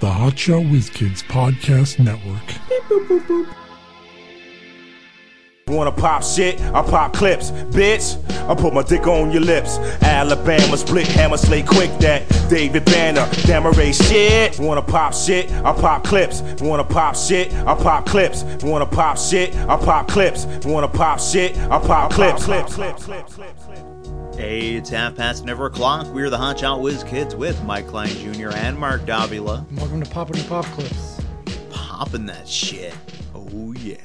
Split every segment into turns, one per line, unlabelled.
the Hot Shot Whiz Kids Podcast Network.
Wanna pop shit? I pop clips, bitch. I put my dick on your lips. Alabama split hammer slay quick that David Banner, Damaray shit. Wanna pop shit? I pop clips. Wanna pop shit? I pop clips. Wanna pop shit? I pop clips. Wanna pop shit? I pop clips.
Hey, it's half past never o'clock. We're the Hot Shot Whiz Kids with Mike Klein Jr. and Mark Davila.
Welcome to Poppity Pop Clips.
Popping that shit. Oh, yeah.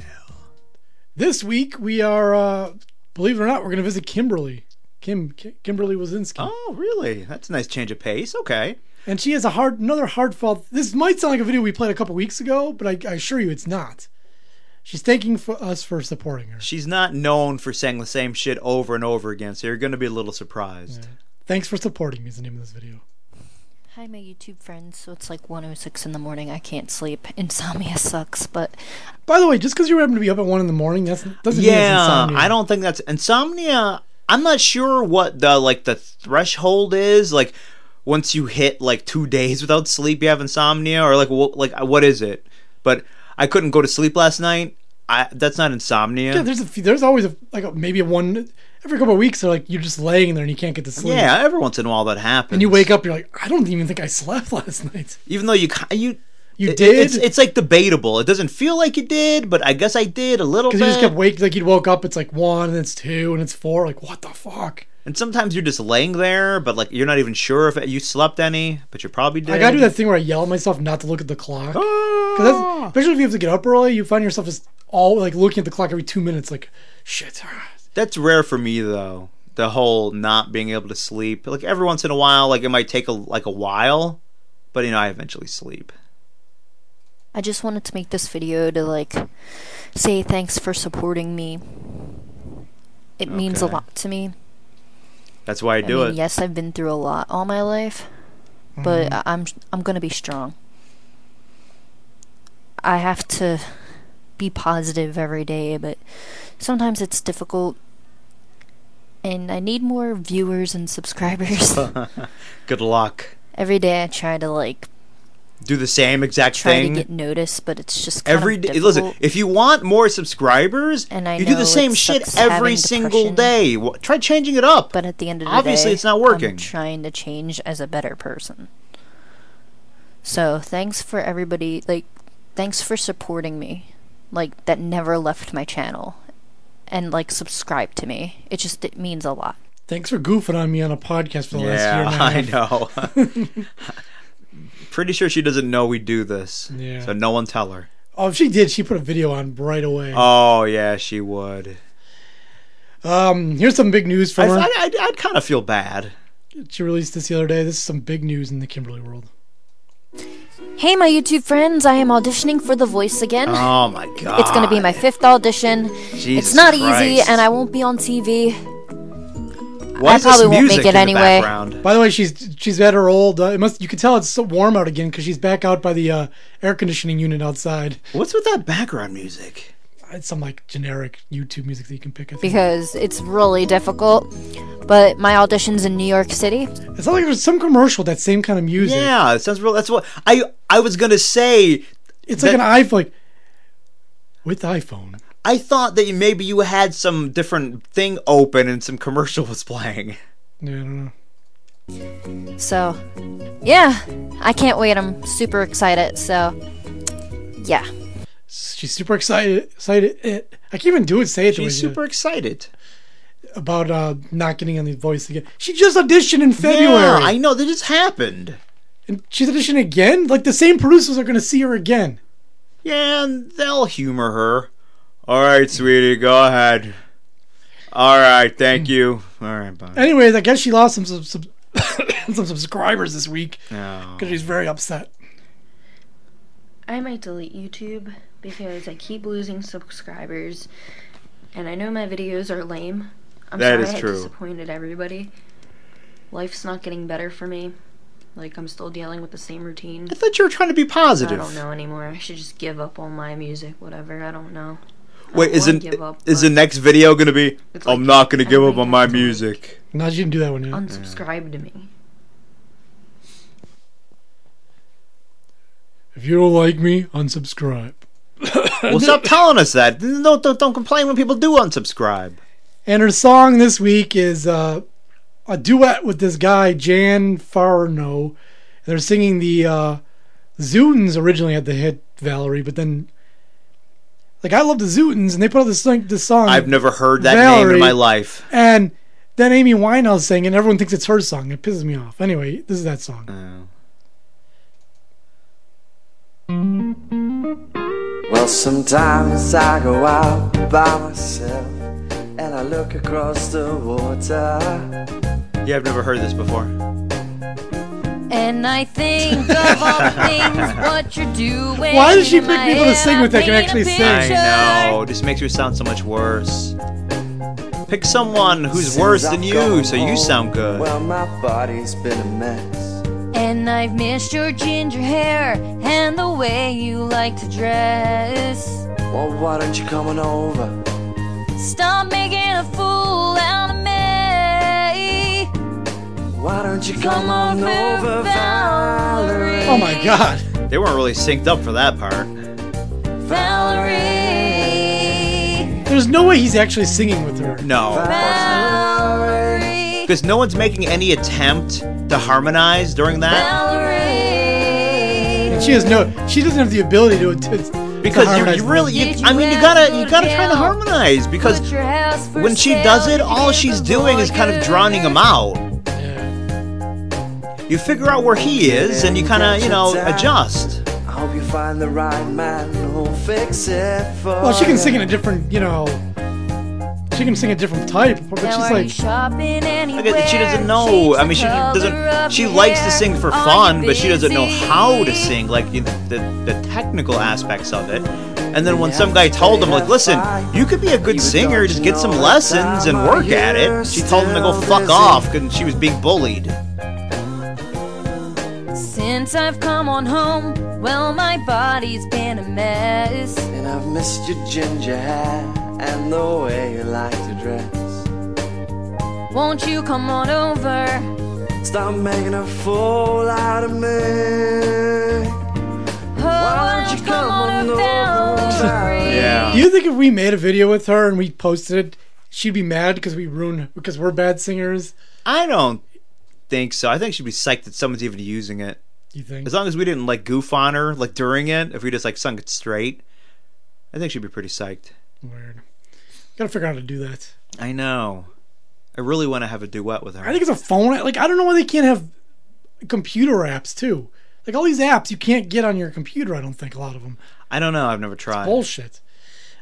This week we are, uh, believe it or not, we're going to visit Kimberly. Kim, Ki- Kimberly Wazinski,
Oh, really? That's a nice change of pace. Okay.
and she has a hard, another hard fought. This might sound like a video we played a couple weeks ago, but I, I assure you it's not. She's thanking for us for supporting her.
She's not known for saying the same shit over and over again, so you're going to be a little surprised.
Thanks for supporting me. Is the name of this video.
Hi, my YouTube friends. So it's like 1:06 in the morning. I can't sleep. Insomnia sucks, but
By the way, just because you happen to be up at one in the morning, that's doesn't mean it's
Yeah,
insomnia.
I don't think that's insomnia. I'm not sure what the like the threshold is. Like once you hit like 2 days without sleep, you have insomnia or like what like what is it? But I couldn't go to sleep last night. I that's not insomnia.
Yeah, there's a few, there's always a, like a, maybe a one every couple of weeks. They're like you're just laying there and you can't get to sleep.
Yeah, every once in a while that happens.
And you wake up, you're like, I don't even think I slept last night.
even though you ki- you
You
it-
did?
It's, it's like debatable. It doesn't feel like you did, but I guess I did a little bit.
Because you just kept waking, like you'd woke up, it's like one, and it's two, and it's four. Like what the fuck?
and sometimes you're just laying there, but like you're not even sure if you slept any, but you probably did.
I gotta do that thing where I yell at myself not to look at the clock.
Ah.
'Cause that's, especially if you have to get up early, you find yourself just all like looking at the clock every two minutes. Like shit. ah.
That's rare for me though. The whole not being able to sleep. Like every once in a while, like it might take a like a while, but you know I eventually sleep.
I just wanted to make this video to like say thanks for supporting me. It means a
Okay.
lot to me.
That's why I do
I mean,
it.
yes, I've been through a lot all my life, but
Mm-hmm.
I- I'm I'm gonna be strong. I have to be positive every day, but sometimes it's difficult. And I need more viewers and subscribers.
Good luck.
every day I try to like
Do the same exact
try
thing.
to get noticed, but it's just kind
every
of
day. Listen,
difficult.
if you want more subscribers,
And I
you do
know
the same
it
shit
sucks
every
having
single
depression.
day. Wh- Try changing it up.
but at the end of the
obviously
day,
it's not
I'm
working.
trying to change as a better person. So thanks for everybody. Like, thanks for supporting me. Like that never left my channel, and like subscribe to me. It just it means a lot.
Thanks for goofing on me on a podcast for the last year.
yeah,
And a
I
half.
know. Pretty sure she doesn't know we do this.
Yeah.
So no one tell her.
Oh, if she did, she put a video on right away.
Oh yeah, she would.
um, here's some big news
I,
from her.
I, I'd, I'd kind of feel bad.
She released this the other day. This is some big news in the Kimberly world.
Hey, my YouTube friends! I am auditioning for The Voice again.
Oh my god.
it's gonna be my fifth audition.
Jesus
it's not easy,
Christ.
and I won't be on TV.
Why
I
is this
probably won't
music
make it
in the
anyway.
background?
By the way, she's she's at her old. Uh, it must you can tell it's so warm out again because she's back out by the uh, air conditioning unit outside.
What's with that background music?
It's some like generic YouTube music that you can pick. I think.
because it's really difficult. But my audition's in New York City.
It's not like there's some commercial that same kind of music.
Yeah, it sounds real. That's what I I was gonna say.
it's like
that-
an iPhone, like with iPhone.
I thought that you- maybe you had some different thing open and some commercial was playing.
Yeah, I don't know.
So, yeah, I can't wait. I'm super excited. So, yeah.
She's super excited. Excited. It, I can't even do it. Say it. the way
She's
she did.
super excited.
about uh, not getting on the voice again. She just auditioned in February.
Yeah, I know. That just happened.
and she's auditioning again. Like the same producers are going to see her again.
Yeah, and they'll humor her. All right, sweetie, go ahead. All right, thank you. All right, bye.
Anyways, I guess she lost some sub- sub- some subscribers this week
No.
because she's very upset.
I might delete YouTube because I keep losing subscribers, and I know my videos are lame. I'm
That
sorry
is
I
true.
disappointed everybody. Life's not getting better for me. Like I'm still dealing with the same routine.
I thought you were trying to be
I
positive.
don't know anymore. I should just give up on my music, whatever. I don't know.
Wait,
I
isn't
wanna give up,
is the
but
next video gonna be?
It's like
I'm not gonna give up
everything
on my
has to, like,
music.
No, she didn't do that one. Yet.
unsubscribe to me?
If you don't like me, unsubscribe.
Well, stop telling us that. No, don't, don't complain when people do unsubscribe.
And her song this week is uh, a duet with this guy, Jan Farno. They're singing the uh, Zootans originally had the hit Valerie, but then. Like, I love the Zootans, and they put out this, thing, this song.
I've never heard that name
Valerie.
in my life.
And then Amy Winehouse sang, it, and everyone thinks it's her song. It pisses me off. Anyway, this is that song.
Uh.
Well, sometimes I go out by myself and I look across the water.
Yeah, I've never heard this before.
And I think of all the things what you're doing.
Why does she
in
pick
my
people to
head,
sing with that
I
can
paint a
actually sing?
I
picture.
know. This makes you sound so much worse. Pick someone who's
Since
worse than
I've
you
gone
so you
home,
sound good.
Well, my body's been a mess.
And I've missed your ginger hair and the way you like to dress.
Well, why don't you come on over?
Stop making a fool out of me.
Why don't you come,
Come
on
over,
over,
Valerie.
Valerie?
Oh my god.
They weren't really synced up for that part.
Valerie.
There's no way he's actually singing with her.
No.
Valerie.
Because no one's making any attempt to harmonize during that.
Valerie.
And she has no. She doesn't have the ability to. to- to
Because you,
harmonize
you really, you,
Did
I
you
mean, you
ever
gotta,
go
you
to
gotta try to
jail?
harmonize because
Put your house for
when she
sale.
does it,
You
all
give
she's
the
doing
boy
is kind of
good
drowning him
hair.
out.
them. Yeah.
You figure out where he is, and you kind of, you know, adjust.
I hope you find the right man who'll fix it for
Well, she can
you.
sing in a different. You know. She can sing a different type, but
Now
she's
are you
like.
shopping anywhere?
Like, she doesn't know. I mean, she doesn't. She likes to sing for fun, but she doesn't know how to sing, like you know, the the technical aspects of it. And then when some guy told him, like, listen, you could be a good singer, just get some lessons and work at it. She told him to go fuck off because she was being bullied.
Since I've come on home, well, my body's been a mess.
And I've missed your ginger hair and the way you like to dress.
Won't you come on over?
Stop making a fool out of me.
Oh, why don't you come on over, Valerie?
Do you think if we made a video with her and we posted it, she'd be mad because we ruin because we're bad singers?
I don't think so. I think she'd be psyched that someone's even using it.
You think?
As long as we didn't like goof on her like during it, if we just like sung it straight, I think she'd be pretty psyched.
Weird. Gotta figure out how to do that.
I know. I really want to have a duet with her.
I think it's a phone. app. Like I don't know why they can't have computer apps too. Like all these apps you can't get on your computer. I don't think a lot of them.
I don't know. I've never tried.
Bullshit.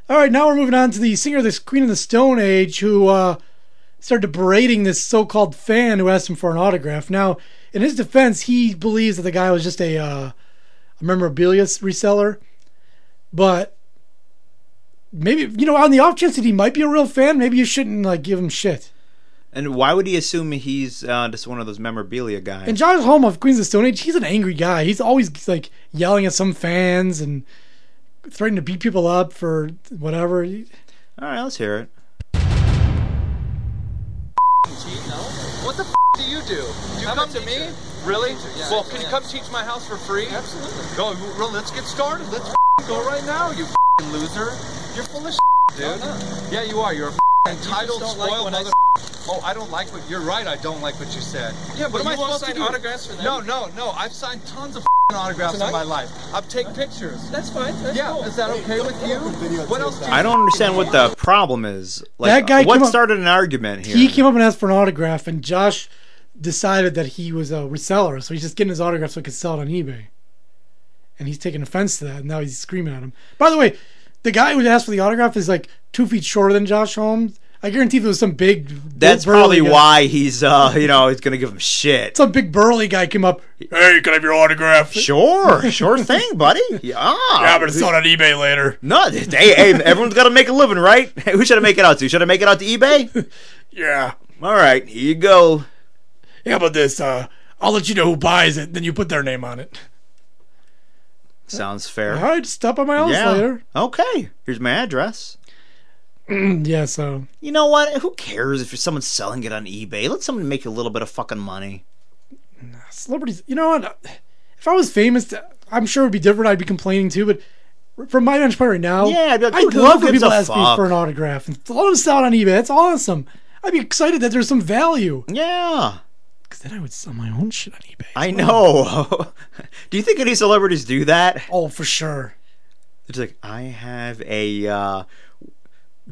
All right, now we're moving on to the singer, of this Queen of the Stone Age, who uh, started berating this so-called fan who asked him for an autograph. Now, in his defense, he believes that the guy was just a, uh, a memorabilia s- reseller, but maybe you know, on the off chance that he might be a real fan, maybe you shouldn't like give him shit.
And why would he assume he's uh, just one of those memorabilia guys?
And Josh Holm of Queens of the Stone Age, he's an angry guy. He's always like yelling at some fans and threatening to beat people up for whatever. He-
All right, let's hear it.
What the f do you do? Do you come to me? Really? well, can you come teach my house for free? Absolutely. Go, well, let's get started. Let's f- go right now, you f- loser. You're full of s, dude. Yeah, you are. You're a f- entitled, spoiled mother. Oh, I don't like what you're right. I don't like what you said. Yeah, but what am I supposed to do? autographs for that? No, no, no. I've signed tons of f***ing autographs in my life. I've taken pictures. That's fine. yeah, is that okay with you? What else? Do you
I don't understand what the problem is. Like,
That guy
what
came up-
started an argument here?
He came up and asked for an autograph, and Josh decided that he was a reseller, so he's just getting his autograph so he could sell it on eBay. And he's taking offense to that, and now he's screaming at him. By the way, the guy who asked for the autograph is like two feet shorter than Josh Holmes. I guarantee if it was some big.
That's
big burly
probably
guy-
why he's, uh, you know, he's gonna give him shit.
Some big burly guy came up. Hey, can I have your autograph?
Sure, sure thing, buddy. Yeah.
I'm gonna sell it on eBay later.
No, hey, hey, everyone's got to make a living, right? Who should I make it out to? Should I make it out to eBay?
Yeah.
All right, here you go.
Yeah, how about this? Uh, I'll let you know who buys it, then you put their name on it.
Sounds
All
fair.
right, stop by my house
Yeah.
later.
Okay. Here's my address.
Yeah, so
You know what? Who cares if someone's selling it on eBay? Let someone make a little bit of fucking money.
celebrities. You know what? If I was famous, I I'm sure it would be different. I'd be complaining too, but from my vantage point right now,
Yeah, I'd be like,
would
who
love for
gives
people
a
to ask me
fuck?
for an autograph and let them sell it on eBay. That's awesome. I'd be excited that there's some value
Yeah,
because then I would sell my own shit on eBay.
I know. do you think any celebrities do that?
oh, for sure.
It's like I have a uh,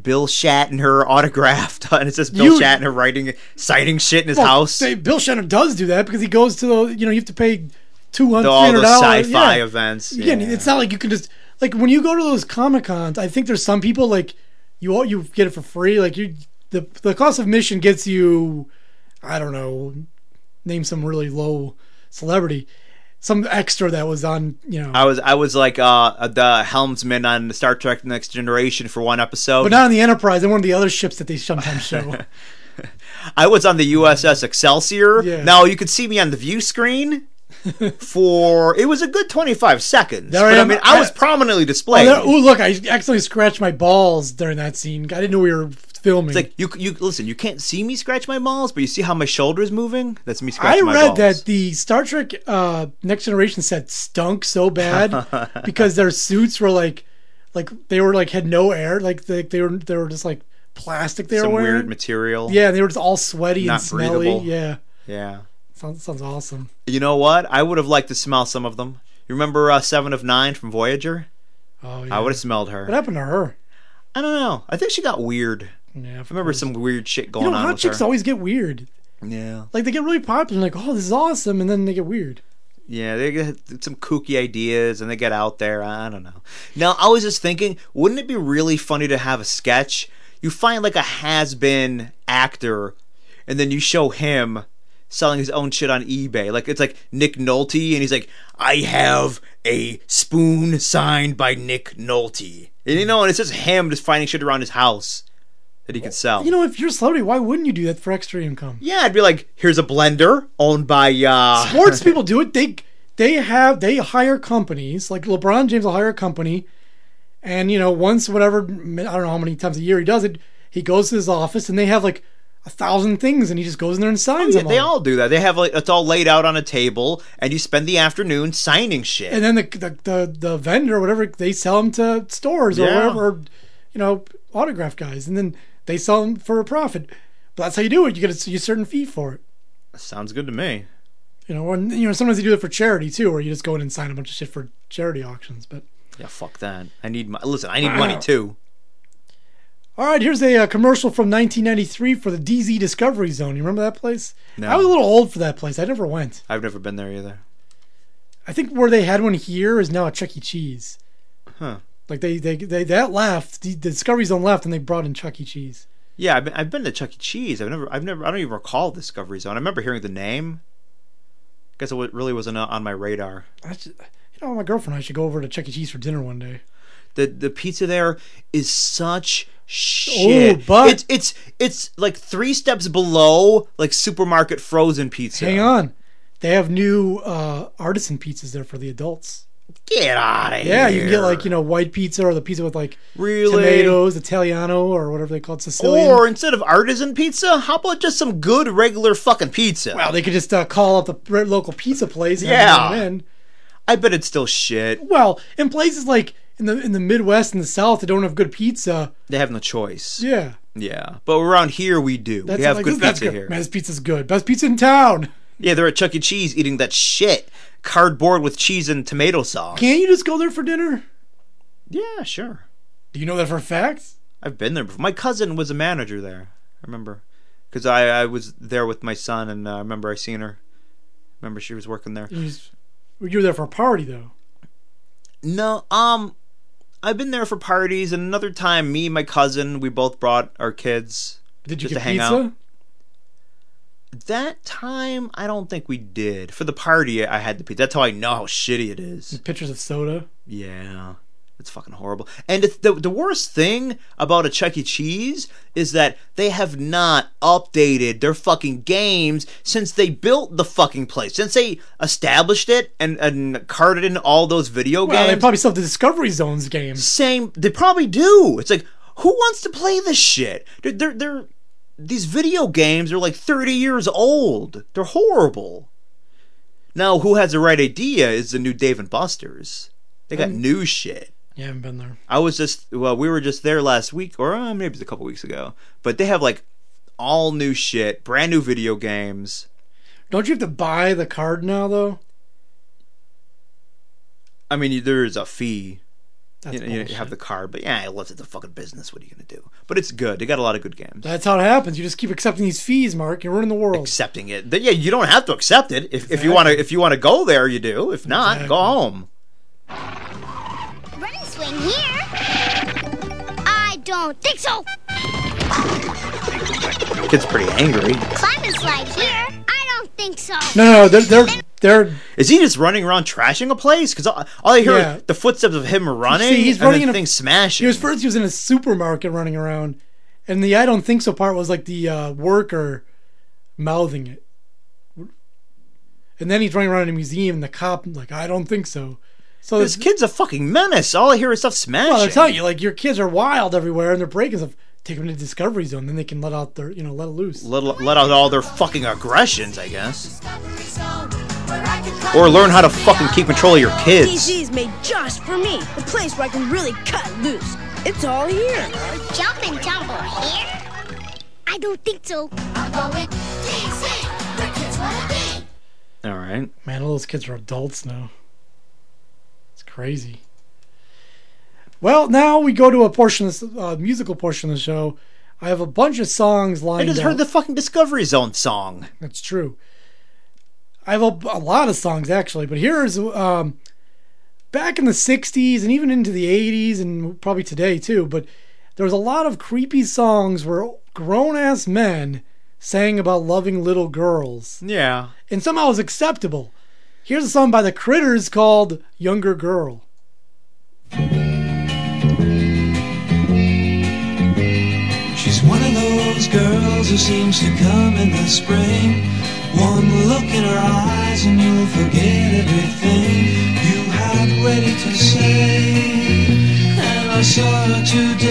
Bill Shatner autographed, and it says Bill
You-
Shatner writing, citing shit in his
Well,
house.
Say, Bill Shannon does do that because he goes to the you know you have to pay two
The-
hundred
all the
dollars.
sci-fi events.
Again,
yeah.
it's not like you can just like when you go to those comic cons. I think there's some people like you all you get it for free. Like you, the the cost of admission gets you, I don't know, name some really low celebrity, some extra that was on you know,
I was I was like uh, the helmsman on Star Trek: The Next Generation for one episode.
but not on the Enterprise and one of the other ships that they sometimes show.
I was on the USS Excelsior.
Yeah.
Now you could see me on the view screen. for it was a good 25 seconds.
There
but
I
I,
am.
mean, I was
I-
prominently
oh,
displayed.
there- ooh, look! I accidentally scratched my balls during that scene. I didn't know we were filming.
It's like you you listen. You can't see me scratch my balls, but you see how my shoulder is moving. That's me
I
scratching my
read
balls.
that the Star Trek uh, Next Generation set stunk so bad because their suits were like, like they were like had no air, like they, they were they were just like plastic they
some
were wearing.
weird material.
yeah, they were just all sweaty
Not
and smelly.
breathable.
Yeah,
yeah.
sounds sounds awesome.
You know what? I would have liked to smell some of them. You remember uh, Seven of Nine from Voyager?
Oh yeah.
I would have smelled her.
what happened to her?
I don't know. I think she got weird.
Yeah, of
I remember
course.
some weird shit going
You know,
on
hot
with
chicks
her.
always get weird.
yeah,
Like they get really popular, and like oh this is awesome, and then they get weird.
yeah. They get some kooky ideas, and they get out there. I don't know. Now, I was just thinking, wouldn't it be really funny to have a sketch? You find like a has-been actor, and then you show him selling his own shit on eBay. Like it's like Nick Nolte, and he's like, "I have a spoon signed by Nick Nolte," and you know, and it's just him just finding shit around his house that he could sell.
You know, if you're a celebrity, why wouldn't you do that for extra income?
Yeah, I'd be like, here's a blender owned by uh
sports people do it. They they have they hire companies like LeBron James will hire a company, and you know once whatever I don't know how many times a year he does it, he goes to his office and they have like a thousand things and he just goes in there and signs
Yeah,
them.
they
all.
all do that. They have like it's all laid out on a table, and you spend the afternoon signing shit.
and then the the the, the vendor or whatever they sell them to stores or
Yeah.
wherever, or, you know autograph guys, and then they sell them for a profit. But that's how you do it. You get a, you get a certain fee for it.
Sounds good to me.
You know, and you know sometimes you do it for charity too, where you just go in and sign a bunch of shit for charity auctions, but.
Yeah, fuck that. I need my listen. I need money too.
All right, here's a uh, commercial from 1993 for the DZ Discovery Zone. You remember that place?
No.
I was a little old for that place. I never went.
I've never been there either.
I think where they had one here is now a Chuck E. Cheese.
Huh.
Like they they, they that left the, the Discovery Zone left, and they brought in Chuck E. Cheese.
Yeah, I've been, I've been to Chuck E. Cheese. I've never, I've never, I don't even recall Discovery Zone. I remember hearing the name. Guess it wa- really wasn't uh, on my radar.
I should, you know, my girlfriend and I should go over to Chuck E. Cheese for dinner one day.
The the pizza there is such shit.
Oh, but-
it's it's it's like three steps below like supermarket frozen pizza.
Hang on, they have new uh, artisan pizzas there for the adults.
Get out of here.
Yeah, you can get like you know white pizza or the pizza with like
Really?
tomatoes, Italiano or whatever they call it, Sicilian.
Or instead of artisan pizza, how about just some good regular fucking pizza?
Well, they could just uh, call up the r- local pizza place. And
Yeah.
have it in.
I bet it's still shit.
Well, in places like in the in the Midwest and the South that don't have good pizza,
They have no choice. Yeah.
yeah,
But around here we do.
that's
we have
like,
good
that's
pizza here.
Man, this pizza's good. Best pizza in town.
Yeah, they're at Chuck E. Cheese eating that shit. Cardboard with cheese and tomato sauce.
Can't you just go there for dinner?
Yeah, sure.
Do you know that for a fact?
I've been there before. My cousin was a manager there. I remember. Because I, I was there with my son and uh, I remember I seen her. Remember she was working there.
You just- you were there for a party though.
No, um, I've been there for parties, and another time, me and my cousin, we both brought our kids.
Did you
Just to
get
hang
pizza?
out. That time, I don't think we did. For the party, I had the pizza. That's how I know how shitty it is.
Pictures of soda.
Yeah, it's fucking horrible. And it's the the worst thing about a Chuck E. Cheese is that they have not updated their fucking games since they built the fucking place, since they established it and and carted in all those video
Well, they
games.
probably still have the Discovery Zones game.
same. They probably do. It's like who wants to play this shit? They're, they're, they're these video games are like 30 years old. They're horrible. Now, who has the right idea is the new Dave and Buster's. They
Mm.
got new shit.
Yeah, I haven't been there.
I was just well, we were just there last week, or uh, maybe it was a couple weeks ago. But they have like all new shit, brand new video games.
Don't you have to buy the card now though?
I mean, there's a fee.
That's
You, know, you
bullshit.
have the card, but yeah, I left it the fucking business. What are you gonna do? But it's good. They got a lot of good games.
That's how it happens. You just keep accepting these fees, Mark. You're ruining the world.
Accepting it, But yeah, you don't have to accept it. If, if you want to, if you want to go there, you do. If not,
Exactly.
go home.
Running swing here. I don't think so.
Kid's pretty angry.
Climb and slide here. I don't think so.
No, no, no. They're they're they're.
Is he just running around trashing a place? Because all, all I hear
Yeah.
is the footsteps of him running,
See, he's
and
running
the
in a-
thing smashing.
He was first. He was in a supermarket running around, and the I don't think so part was like the uh, worker mouthing it, and then he's running around in a museum. And the cop like I don't think so. So
this
this
kid's a fucking menace. All I hear is stuff smashing.
well, they're telling you like your kids are wild everywhere and they're breaking stuff. Take them to Discovery Zone, then they can let out their you know let it loose.
let, let out all their fucking aggressions, I guess. Or learn how to fucking keep control of your kids.
DC's made just for me, the place where I can really cut loose. It's all here.
Jump and tumble here. I don't think so. I'm going DC, where kids wanna be.
All right.
Man, all those kids are adults now. It's crazy. Well, now we go to a portion of this uh, musical portion of the show. I have a bunch of songs
I
lined
just
up.
heard the fucking Discovery Zone song.
That's true. I have a, a lot of songs actually, but here's um, back in the '60s and even into the '80s and probably today too. But there was a lot of creepy songs where grown-ass men sang about loving little girls,
Yeah.
and somehow it was acceptable. Here's a song by the Critters called "Younger Girl."
She's one of those girls who seems to come in the spring. One look in her eyes and you'll forget everything you had ready to say. And I saw her today.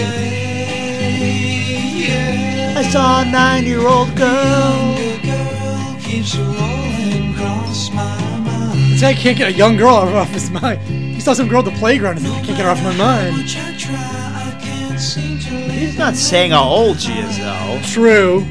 Yeah.
I saw a nine year old girl.
The girl keeps rolling across my mind.
This guy can't get a young girl off his mind. He saw some girl at the playground and said, "I can't get her off my mind."
Much I try, I can't seem to live.
He's not saying how old she is, though.
True.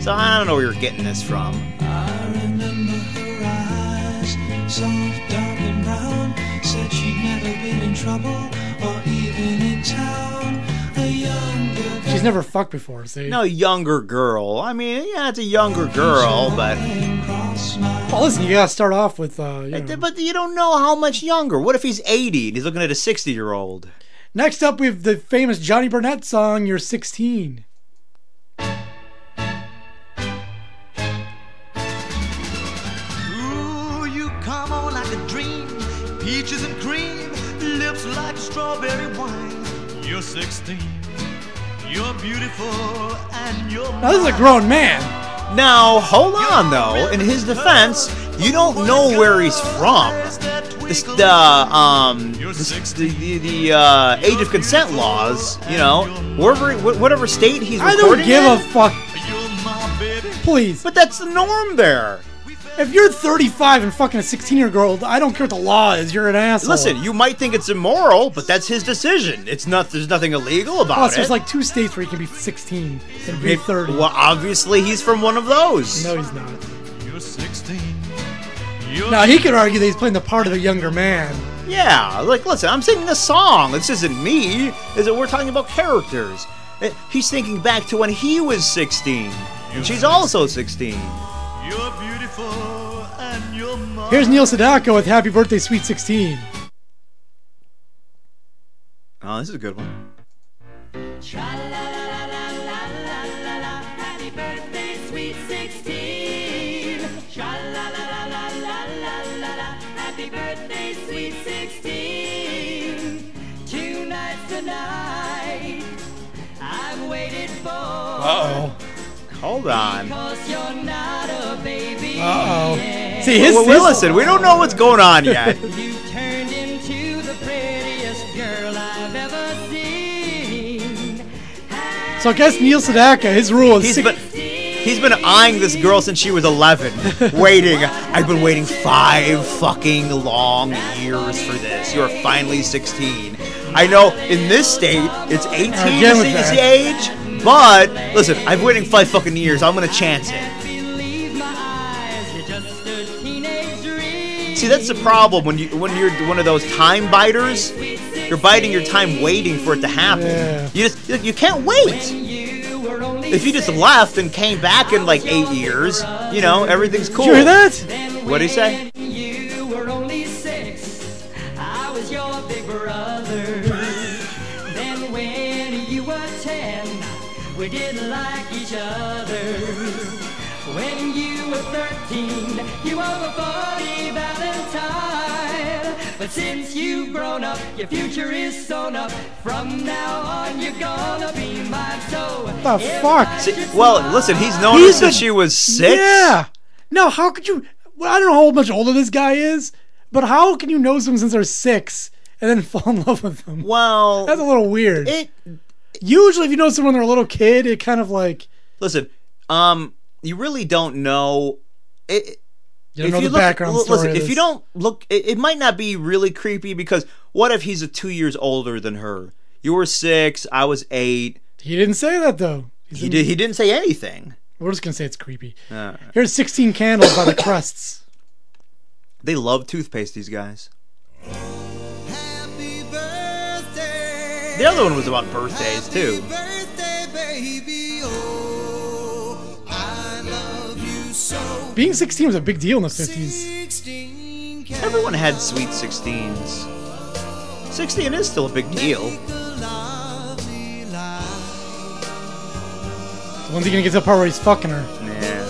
So I don't know where you're getting this from.
I remember her eyes, soft, dark, and brown. Said she'd never been in trouble or even in town. A younger girl
She's never fucked before. See?
No, younger girl. I mean, yeah, it's a younger girl, but.
crossed my
Well, listen, you gotta start off with, uh, you know.
But you don't know how much younger. What if he's 80 and he's looking at a 60 year old?
Next up, we have the famous Johnny Burnett song, You're 16.
Ooh, you come on like a dream. Peaches and cream, lips like strawberry wine. You're 16, you're beautiful, and you're.
Now, this is a grown man.
Now, hold on though. In his defense, you don't know where he's from. This, the um, this, the the, the uh, age of consent laws. You know, wherever wh- whatever state he's
I
recording
don't give
in,
a fuck. Please.
But that's the norm there.
If you're 35 and fucking a 16 year old, I don't care what the law is. You're an asshole.
Listen, you might think it's immoral, but that's his decision. It's not. There's nothing illegal about
Plus,
it.
Oh, there's like two states where you can be 16 and be
If-
30.
Well, obviously he's from one of those.
No, he's not. Now, he could argue that he's playing the part of a younger man.
Yeah, like listen, I'm singing a song. This isn't me. Is it? We're talking about characters. Eh, He's thinking back to when he was 16, and she's also 16.
Here's Neil Sedaka with Happy Birthday, Sweet 16.
Oh, this is a good one.
Uh oh.
Hold on.
Uh oh. See, his.
well,
his-
well, listen, we don't know what's going on yet.
So I guess Neil Sedaka, his rule is
He's
six-
been, He's been eyeing this girl since she was 11. waiting. I've been waiting five fucking long years for this. You are finally 16. I know in this state, it's 18
Again with
is
that.
the age, but listen, I've been waiting five fucking years. I'm going to chance it. See, that's the problem when you when you're one of those time biters. You're biding your time, waiting for it to happen.
Yeah.
You just you- you can't wait. If you just left and came back in like eight years, you know everything's cool.
Did you hear that?
What do you say?
We didn't like each other. When you were 13, you were a 40 Valentine. But since you've grown up, your future is sewn up. From now on, you're gonna be mine. So
Oh.
The fuck?
Well, listen, he's known her
He's
since
a-
she was six.
Yeah. No, how could you? Well, I don't know how much older this guy is, but how can you know someone since they're six and then fall in love with them?
Well,
that's a little weird.
It-
Usually, if you know someone when they're a little kid, it kind of like
Listen, um, you really don't know. It,
You don't know the
look-
background
l-
story
Listen,
of
if you
this.
don't look, it, it might not be really creepy because what if he's a two years older than her? You were six, I was eight.
he didn't say that though. He's
He
in-
did. He didn't say anything.
We're just gonna say it's creepy.
Uh,
Here's 16 candles by the crusts.
they love toothpaste. These guys. The other one was about birthdays too.
Being 16 was a big deal in the 50s.
Everyone had sweet 16s. 16 is still a big deal.
When's he gonna get to the part where he's fucking her?
Yeah.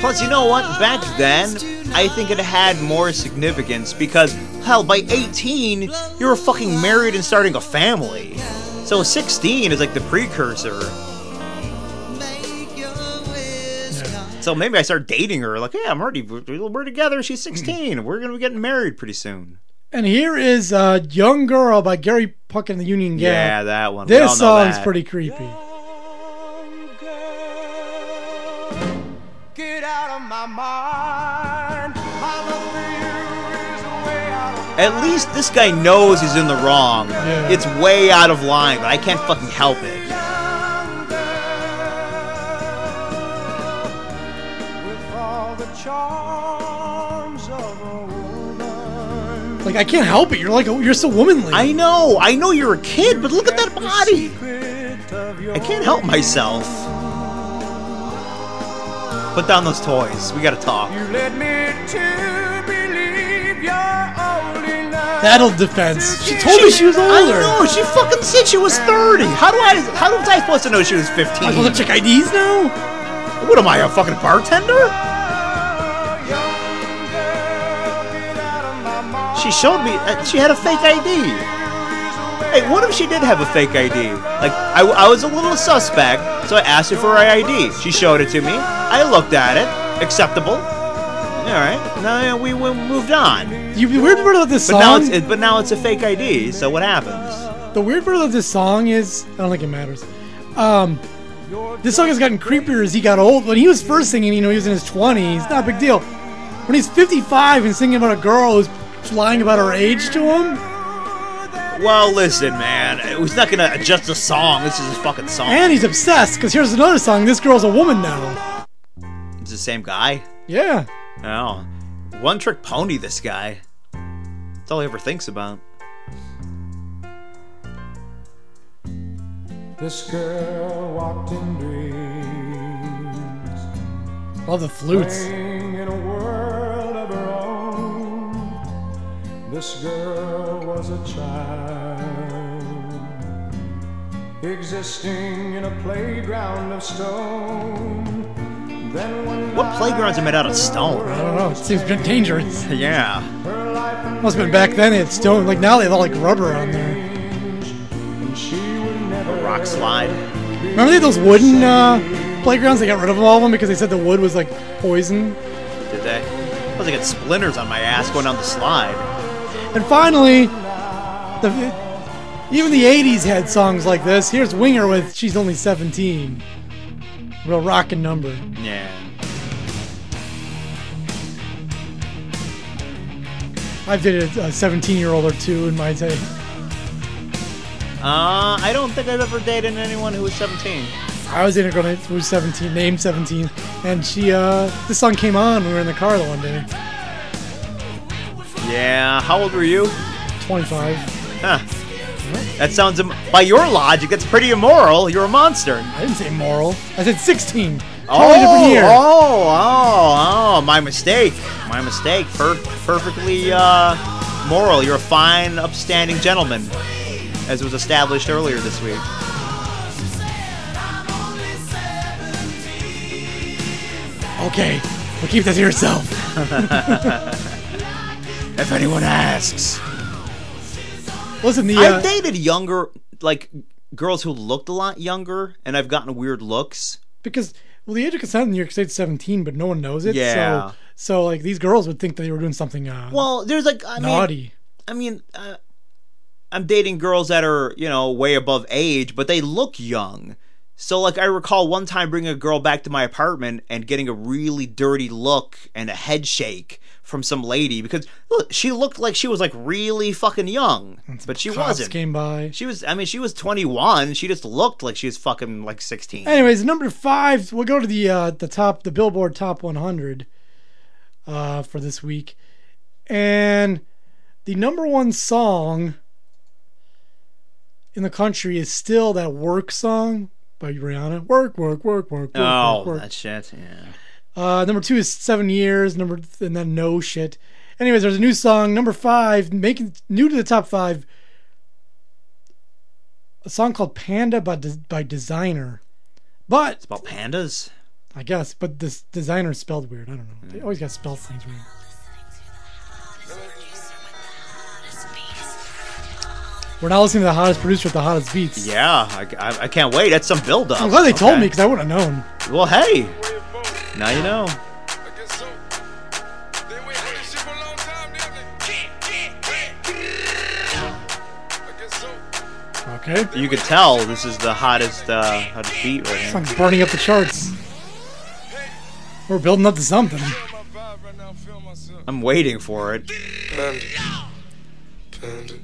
Plus, you know what? Back then, I think it had more significance because, hell, by 18, you were fucking married and starting a family. So 16 is like the precursor. So maybe I start dating her. Like, yeah, I'm already, we're together. She's 16. We're going to be getting married pretty soon.
And here is uh, Young Girl by Gary Puck and the Union Gang.
Yeah, that one. We all know
This song's
that.
pretty creepy.
Get out of my mind. I love you is the way out of
At least this guy knows he's in the wrong.
Yeah.
It's way out of line, but I can't fucking help it.
all the charms of a woman.
Like I can't help it. You're like you're so womanly.
I know, I know you're a kid, but look at that body. I can't help myself. Put down those toys. We gotta talk.
You led me to believe you're old enough.
That'll defense. She told me she was
I
older.
know. She fucking said she was 30. How do I? How was I supposed to know she was
I go
15?
oh, check IDs now.
What am I, a fucking bartender? She showed me uh, she had a fake ID. Hey, what if she did have a fake ID? Like, I, I was a little suspect, so I asked her for her ID. She showed it to me. I looked at it. Acceptable. All right. Now yeah, we, we moved on.
You, the weird part about this
But now it's
song.
it, but now it's a fake ID. So what happens?
the weird part about this song is I don't think it matters. Um, this song has gotten creepier as he got old. When he was first singing, you know, he was in his 20s. Not a big deal. When he's 55 and singing about a girl who's lying about her age to him.
Well, listen, man. It was not gonna adjust the song. This is his fucking song.
And he's obsessed because here's another song. This girl's a woman now.
It's the same guy.
Yeah.
Oh, one trick pony, this guy. That's all he ever thinks about.
This girl walked in dreams,
Love the flutes.
playing in a world of her own. This girl was a child, existing in a playground of stone. Then one
What playgrounds are made out of stone?
I don't know. It seems a bit dangerous.
Yeah.
Must have been back then. They had stone. Like now they have all like rubber on there.
A rock slide.
Remember they had those wooden uh, playgrounds? They got rid of all of them because they said the wood was like poison.
Did they? I was like, got splinters on my ass going down the slide.
And finally, the Even the 80s had songs like this. Here's Winger with She's Only 17. Real rockin' number.
Yeah.
I've dated a 17 year old uh, or two in my day.
Uh, I don't think I've ever dated anyone who was 17.
I was in a girl named- who was 17, named 17, and she, uh, this song came on when we were in the car the one day.
Yeah. How old were you?
25.
Huh. That sounds, Im- by your logic, that's pretty immoral. You're a monster.
I didn't say moral. I said 16. Totally
oh,
different year.
Oh, oh, oh, my mistake. My mistake. Per- perfectly uh, moral. You're a fine, upstanding gentleman, as was established earlier this week.
Okay, well, keep that to yourself.
if anyone asks.
Listen, the, uh,
I've dated younger, like, girls who looked a lot younger, and I've gotten weird looks.
because, well, the age of consent in New York State's 17, but no one knows it.
Yeah.
So, so like, these girls would think that they were doing something uh,
Well, there's like, I mean,
naughty.
I mean, uh, I'm dating girls that are, you know, way above age, but they look young. So, like, I recall one time bringing a girl back to my apartment and getting a really dirty look and a head shake from some lady because look, she looked like she was, like, really fucking young, but she
Cops
wasn't.
came by.
She was, I mean, she was 21. She just looked like she was fucking, like, 16.
Anyways, number five, we'll go to the uh, the top, the Billboard Top 100 uh, for this week, and the number one song in the country is still that "Work" song by Rihanna. Work, work, work, work, work,
Oh,
work, work.
that shit, yeah.
Uh, number two is seven years. Number th- and then no shit. Anyways, there's a new song. Number five, making new to the top five. A song called "Panda" by Des- by Designer, but
It's about pandas?
I guess. But this designer is spelled weird. I don't know. They always got spelled things weird. We're now listening to the hottest producer with the hottest beats.
Yeah, I, I, I can't wait. That's some buildup.
I'm glad they told
Okay.
me because I wouldn't have known.
Well, hey, now you know.
Okay.
You could tell this is the hottest, uh, hottest beat right
This
now.
song's burning up the charts. We're building up to something.
I'm waiting for it.
Panda. Panda.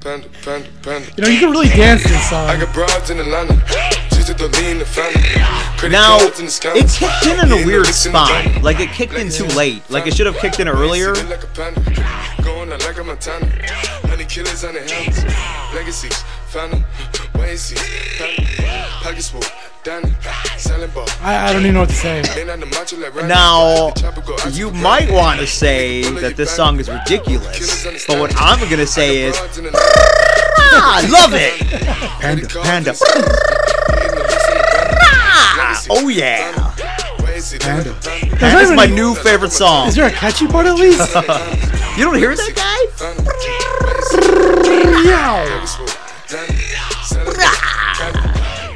Panda, panda, panda.
You know, you can really dance to this song.
I got broads in Atlanta. Just at the lean, the family. Credit
Now,
cards in the scammers.
it kicked in in
Yeah,
a weird
licks in the
spot.
jungle.
Like, it kicked in too late. Like, it should have kicked in earlier.
Sit Like a panda. Going out like a Montana. Honey killers on the helmets. Legacies. Phantom. Oasis. Panda. Pockets full. Danny. Selling ball.
I, I don't even know what to say.
Been on the macho like Randy.
Now, you might want to say that this song is ridiculous, but what I'm going to say is, Ah, I love it! Panda, panda. Oh, yeah.
Panda.
That is my new favorite song.
Is there a catchy part at least?
You don't hear that guy?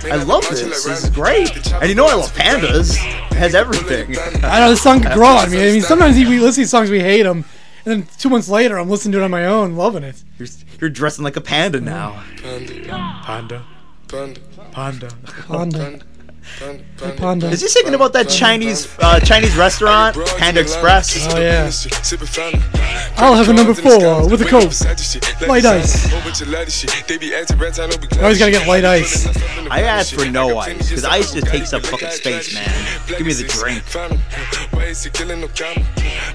I love this. This is great. And you know I love pandas. It has everything.
I know this song could grow on me. I mean, sometimes we listen to songs we hate them, and then two months later I'm listening to it on my own, loving it.
You're, you're dressing like a panda now.
Panda. Panda.
Panda. Panda.
Panda.
Panda.
Is he thinking about that Chinese uh, Chinese restaurant, Panda Express?
Oh yeah.
yeah.
I'll have a number four with a coke. Light ice. I always gotta get light ice.
I asked for no ice because ice just takes up fucking space, man. Give me the drink.
Ways to killing no comma.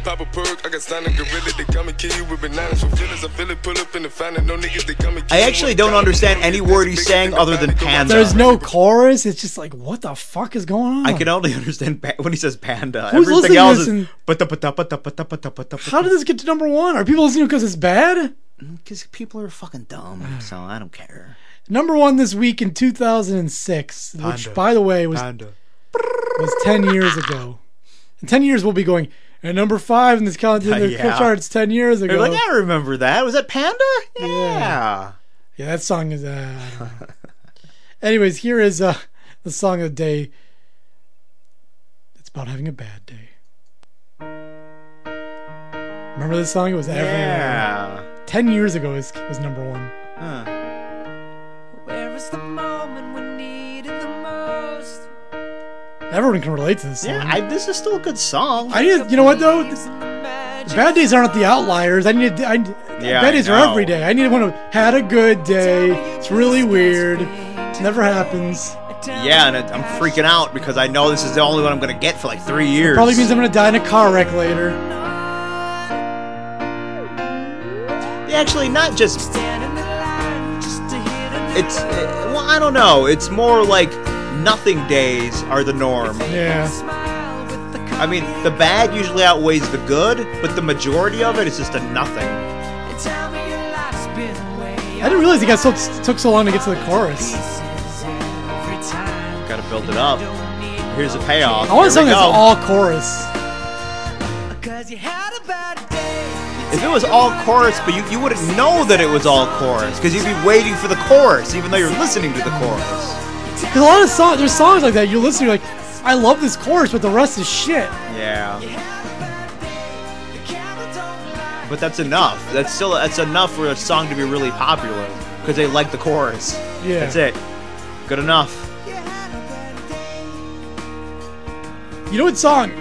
Pop a perk, I got standing gorilla. They come and kill you with bananas. From feelings, I feel it. Pull up in the finding. No niggas, they come and kill
I actually don't understand any word he's saying other than panda.
There's no chorus. It's just like, what the fuck is going on?
I can only understand pa- when he says panda.
Who's listening
Everything
to
else
this
is
and- How
how
did this get to number one? Are people listening because it's bad?
Because people are fucking dumb, so I don't care.
Number one this week in 2006,
Panda.
which, by the way, was was 10 years ago. In 10 years, we'll be going, and number five in this count in the
Yeah.
charts 10 years
They're
ago.
like, I remember that. Was that Panda? Yeah.
Yeah, that song is. Uh, I don't know. Anyways, here is uh, the song of the day. It's about having a bad day. Remember this song? It was everywhere.
Yeah.
Ten years ago is was number one.
Where is the moment we need it the most?
Everyone can relate to this song.
Yeah, I, this is still a good song.
I just, you know what though, The bad days aren't the outliers. I need, I,
Yeah, I
bad days
know.
are every day. I need one of had a good day. It's really weird. It never happens.
Yeah, and it, I'm freaking out because I know this is the only one I'm gonna get for like three years.
Probably means I'm gonna die in a car wreck later.
actually not just. It's uh, well, I don't know. It's more like nothing days are the norm.
Yeah.
I mean, the bad usually outweighs the good, but the majority of it is just a nothing.
I didn't realize it got so took so long to get to the chorus.
Got to build it up. Here's a payoff.
I
Here
want a song
we
that's
go.
all chorus.
If it was all chorus, but you, you wouldn't know that it was all chorus because you'd be waiting for the chorus, even though you're listening to the chorus.
Cause a lot of songs, there's songs like that. You're listening, you're like, I love this chorus, but the rest is shit.
Yeah. But that's enough. That's still that's enough for a song to be really popular because they like the chorus.
Yeah.
That's it. Good enough.
You know what song?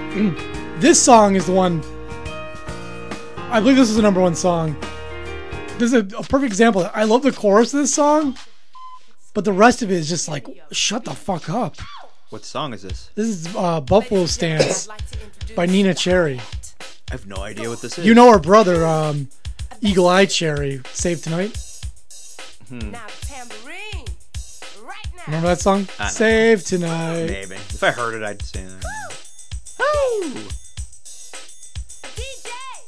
this song is the one. I believe this is the number one song. This is a, a perfect example. I love the chorus of this song, but the rest of it is just like, shut the fuck up.
What song is this?
This is uh, Buffalo Stance by Nina Cherry.
I have no idea what this is.
You know her brother, um, Eagle Eye Cherry, Save Tonight.
Hmm.
Remember that song?
I know.
Save Tonight.
Maybe. If I heard it, I'd say that.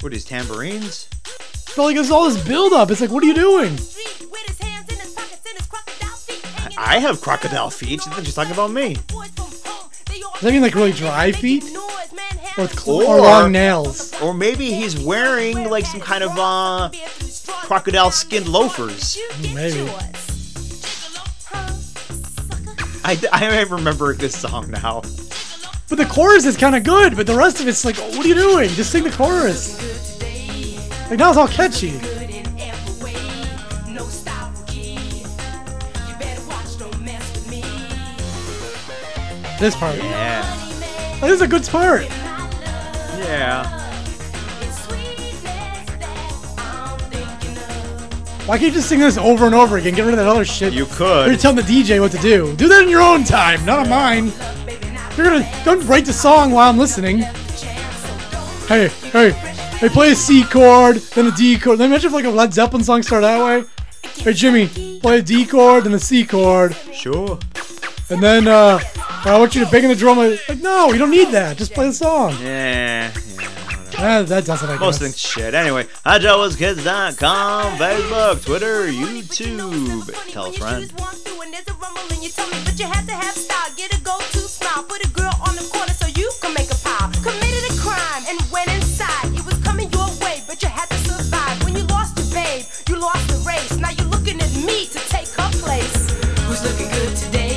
What are these tambourines?
But like, it's all this build up. It's like, what are you doing?
I- I have crocodile feet. They're just talking about me.
Does that mean like really dry feet? Or, cl- or
Or-
long nails?
Or maybe he's wearing like some kind of uh crocodile skin loafers.
Maybe.
I, I remember this song now.
But the chorus is kind of good, but the rest of it's like, what are you doing? Just sing the chorus. Like now it's all catchy. This part.
Yeah.
Like, this is a good part.
Yeah.
Why can't you just sing this over and over again? Get rid of that other shit.
You could.
You're telling the DJ what to do. Do that in your own time, not on mine. You're gonna don't write the song while I'm listening. Hey, hey, hey, play a C chord, then a D chord. Then imagine if like a Led Zeppelin song started that way. Hey Jimmy, play a D chord, then a C chord.
Sure.
And then uh, I want you to bang on the drum. Like, no, you don't need that. Just play the song.
Yeah.
Ah, that doesn't. I guess.
Most of things shit. Anyway, hijawaskids.com, Facebook, Twitter, YouTube. Tell a friend.
Babe, you lost the race. Now you're looking at me to take her place. Who's looking good today?